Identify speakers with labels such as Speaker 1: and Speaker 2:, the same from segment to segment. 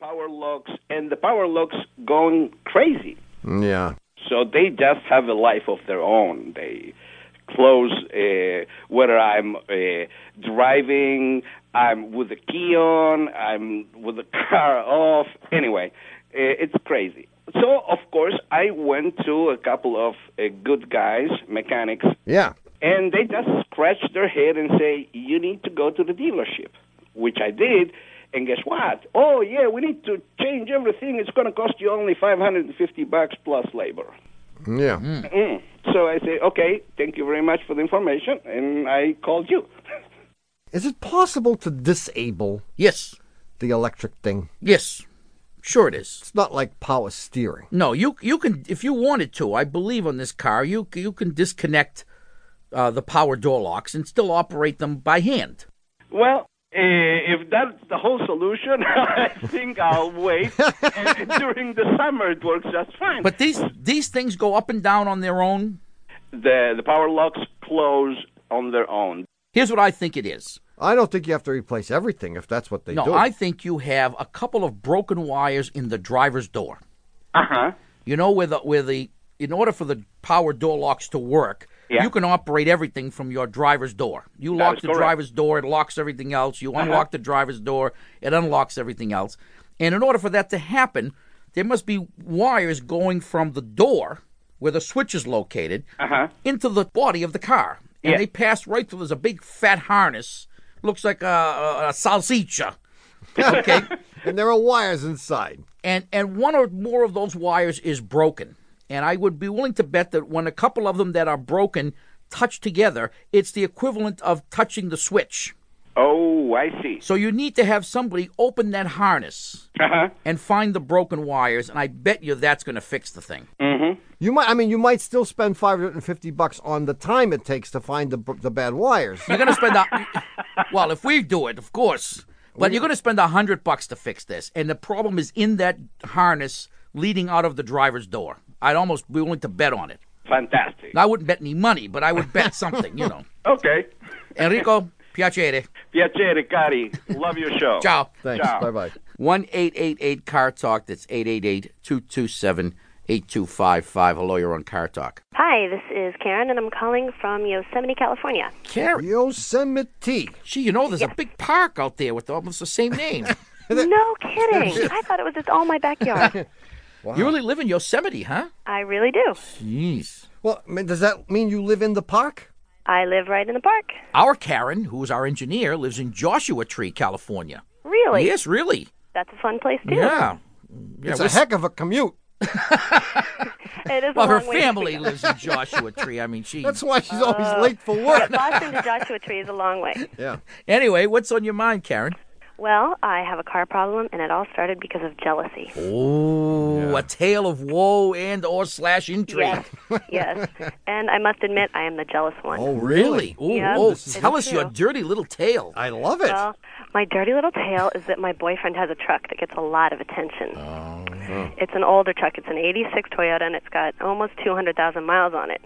Speaker 1: power logs and the power logs going crazy.
Speaker 2: Yeah.
Speaker 1: So they just have a life of their own. They close uh, whether I'm uh, driving, I'm with the key on, I'm with the car off. Anyway, uh, it's crazy. So of course I went to a couple of uh, good guys, mechanics,
Speaker 2: Yeah.
Speaker 1: and they just scratch their head and say, "You need to go to the dealership," which I did. And guess what? Oh yeah, we need to change everything. It's going to cost you only 550 bucks plus labor.
Speaker 2: Yeah.
Speaker 1: Mm. So I say, okay, thank you very much for the information, and I called you.
Speaker 2: Is it possible to disable
Speaker 3: Yes.
Speaker 2: the electric thing?
Speaker 3: Yes. Sure it is.
Speaker 2: It's not like power steering.
Speaker 3: No, you you can if you wanted to. I believe on this car, you you can disconnect uh, the power door locks and still operate them by hand.
Speaker 1: Well, uh, if that's the whole solution, I think I'll wait. and during the summer, it works just fine.
Speaker 3: But these these things go up and down on their own.
Speaker 1: the the power locks close on their own.
Speaker 3: Here's what I think it is.
Speaker 2: I don't think you have to replace everything if that's what they
Speaker 3: no,
Speaker 2: do.
Speaker 3: I think you have a couple of broken wires in the driver's door.
Speaker 1: Uh huh.
Speaker 3: You know where the where the in order for the power door locks to work,
Speaker 1: Yeah.
Speaker 3: you can operate everything from your driver's door. You
Speaker 1: That
Speaker 3: lock
Speaker 1: is
Speaker 3: the
Speaker 1: correct. Uh-huh.
Speaker 3: driver's door, it locks everything else. You unlock the driver's door, it unlocks everything else. And in order for that to happen, there must be wires going from the door where the switch is located into the body of the car. And
Speaker 1: Uh-huh. Yeah.
Speaker 3: they pass right through. There's a big fat harness. Looks like a, a, a salsicha. Okay.
Speaker 2: and there are wires inside.
Speaker 3: and and one or more of those wires is broken. And I would be willing to bet that when a couple of them that are broken touch together, it's the equivalent of touching the switch.
Speaker 1: Oh, I see.
Speaker 3: So you need to have somebody open that harness
Speaker 1: Uh-huh.
Speaker 3: and find the broken wires, and I bet you that's going to fix the thing.
Speaker 2: You might. I mean, you might still spend five hundred and fifty bucks on the time it takes to find the b- the bad wires.
Speaker 3: You're going to spend a, well, if we do it, of course. But you're going to spend a hundred bucks to fix this, and the problem is in that harness leading out of the driver's door. I'd almost be willing to bet on it.
Speaker 1: Fantastic.
Speaker 3: I wouldn't bet any money, but I would bet something, you know.
Speaker 1: Okay.
Speaker 3: Enrico, piacere.
Speaker 1: Piacere, cari. Love your show.
Speaker 3: Ciao.
Speaker 2: Thanks.
Speaker 1: Ciao.
Speaker 2: Bye bye.
Speaker 3: One eight eight eight Car Talk. That's 888 227 8255. Hello, you're on Car Talk.
Speaker 4: Hi, this is Karen, and I'm calling from Yosemite, California.
Speaker 3: Carrie.
Speaker 2: Yosemite.
Speaker 3: Gee, you know, there's a big park out there with almost the same name.
Speaker 4: No kidding. I thought it was just all my backyard.
Speaker 3: You really live in Yosemite, huh?
Speaker 4: I really do.
Speaker 3: Jeez.
Speaker 2: Well, I mean, does that mean you live in the park?
Speaker 4: I live right in the park.
Speaker 3: Our Karen, who is our engineer, lives in Joshua Tree, California.
Speaker 4: Really?
Speaker 3: Yes, really.
Speaker 4: That's a fun place too.
Speaker 3: Yeah. Yeah,
Speaker 2: It's
Speaker 3: we're
Speaker 2: a heck of a commute.
Speaker 4: It is
Speaker 3: Well,
Speaker 4: a long
Speaker 3: her
Speaker 4: way to
Speaker 3: family
Speaker 4: go.
Speaker 3: lives in Joshua Tree. I mean, she.
Speaker 2: That's why she's always
Speaker 3: Uh,
Speaker 2: late for work.
Speaker 4: Boston to Joshua Tree is a long way.
Speaker 2: Yeah.
Speaker 3: Anyway, what's on your mind, Karen?
Speaker 4: Well, I have a car problem, and it all started because of jealousy.
Speaker 3: Oh, a tale of woe and or slash intrigue.
Speaker 4: Yes, yes. And I must admit, I am the jealous one.
Speaker 3: Really? Oh,
Speaker 4: Yeah,
Speaker 3: oh
Speaker 4: this is
Speaker 3: tell
Speaker 4: true.
Speaker 3: us your dirty little tale.
Speaker 2: I love it.
Speaker 4: Well, my dirty little tale is that my boyfriend has a truck that gets a lot of attention. It's an older truck. It's an 86 Toyota, and it's got almost 200,000 miles on it.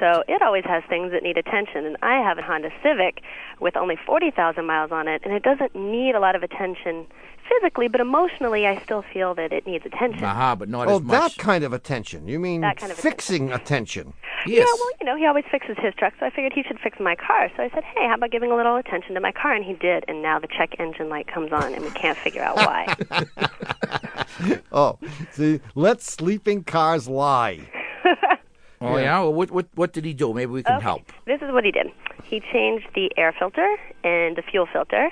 Speaker 4: So it always has things that need attention. And I have a Honda Civic with only 40,000 miles on it, and it doesn't need a lot of attention physically, but emotionally, I still feel that it needs attention.
Speaker 3: Aha, Uh-huh, but not
Speaker 2: oh,
Speaker 3: as much.
Speaker 2: that kind of attention. You mean
Speaker 4: That kind of
Speaker 2: fixing attention.
Speaker 3: yes.
Speaker 4: Yeah, well, you know, he always fixes his truck, so I figured he should fix my car. So I said, hey, how about giving a little attention to my car? And he did, and now the check engine light comes on, and we can't figure out why.
Speaker 2: Oh, see, let sleeping cars lie.
Speaker 3: oh, yeah. Well, what, what, what did he do? Maybe we can help.
Speaker 4: This is what he did. He changed the air filter and the fuel filter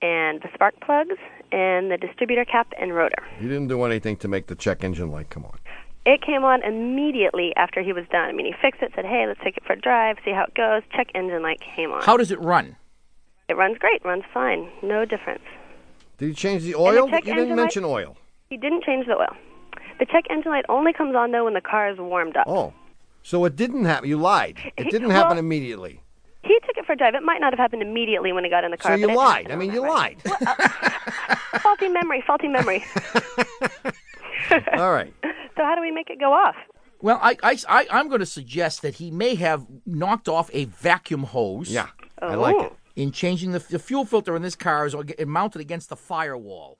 Speaker 4: and the spark plugs and the distributor cap and rotor.
Speaker 2: You didn't do anything to make the check engine light come on.
Speaker 4: It came on immediately after he was done. I mean, he fixed it, said, hey, let's take it for a drive, see how it goes. Check engine light came on.
Speaker 3: How does it run?
Speaker 4: it runs great, runs fine, no difference.
Speaker 2: Did you change the oil?
Speaker 4: check
Speaker 2: you didn't
Speaker 4: engine light-
Speaker 2: mention oil.
Speaker 4: He didn't change the oil. The check engine light only comes on, though, when the car is warmed up.
Speaker 2: Oh, so it didn't happen. You lied. It didn't happen
Speaker 4: Well-
Speaker 2: immediately.
Speaker 4: He took it for a drive. It might not have happened immediately when he got in the
Speaker 2: So
Speaker 4: car.
Speaker 2: you
Speaker 4: but it
Speaker 2: lied.
Speaker 4: happened
Speaker 2: I
Speaker 4: on
Speaker 2: mean,
Speaker 4: that
Speaker 2: you
Speaker 4: ride.
Speaker 2: lied.
Speaker 4: Faulty memory, faulty memory.
Speaker 2: All right.
Speaker 4: so how do we make it go off?
Speaker 3: Well, I, I, I, I'm going to suggest that he may have knocked off a vacuum hose
Speaker 2: Yeah, I like
Speaker 4: Oh.
Speaker 2: it.
Speaker 3: in changing the, the fuel filter in this car is ag- mounted against the firewall.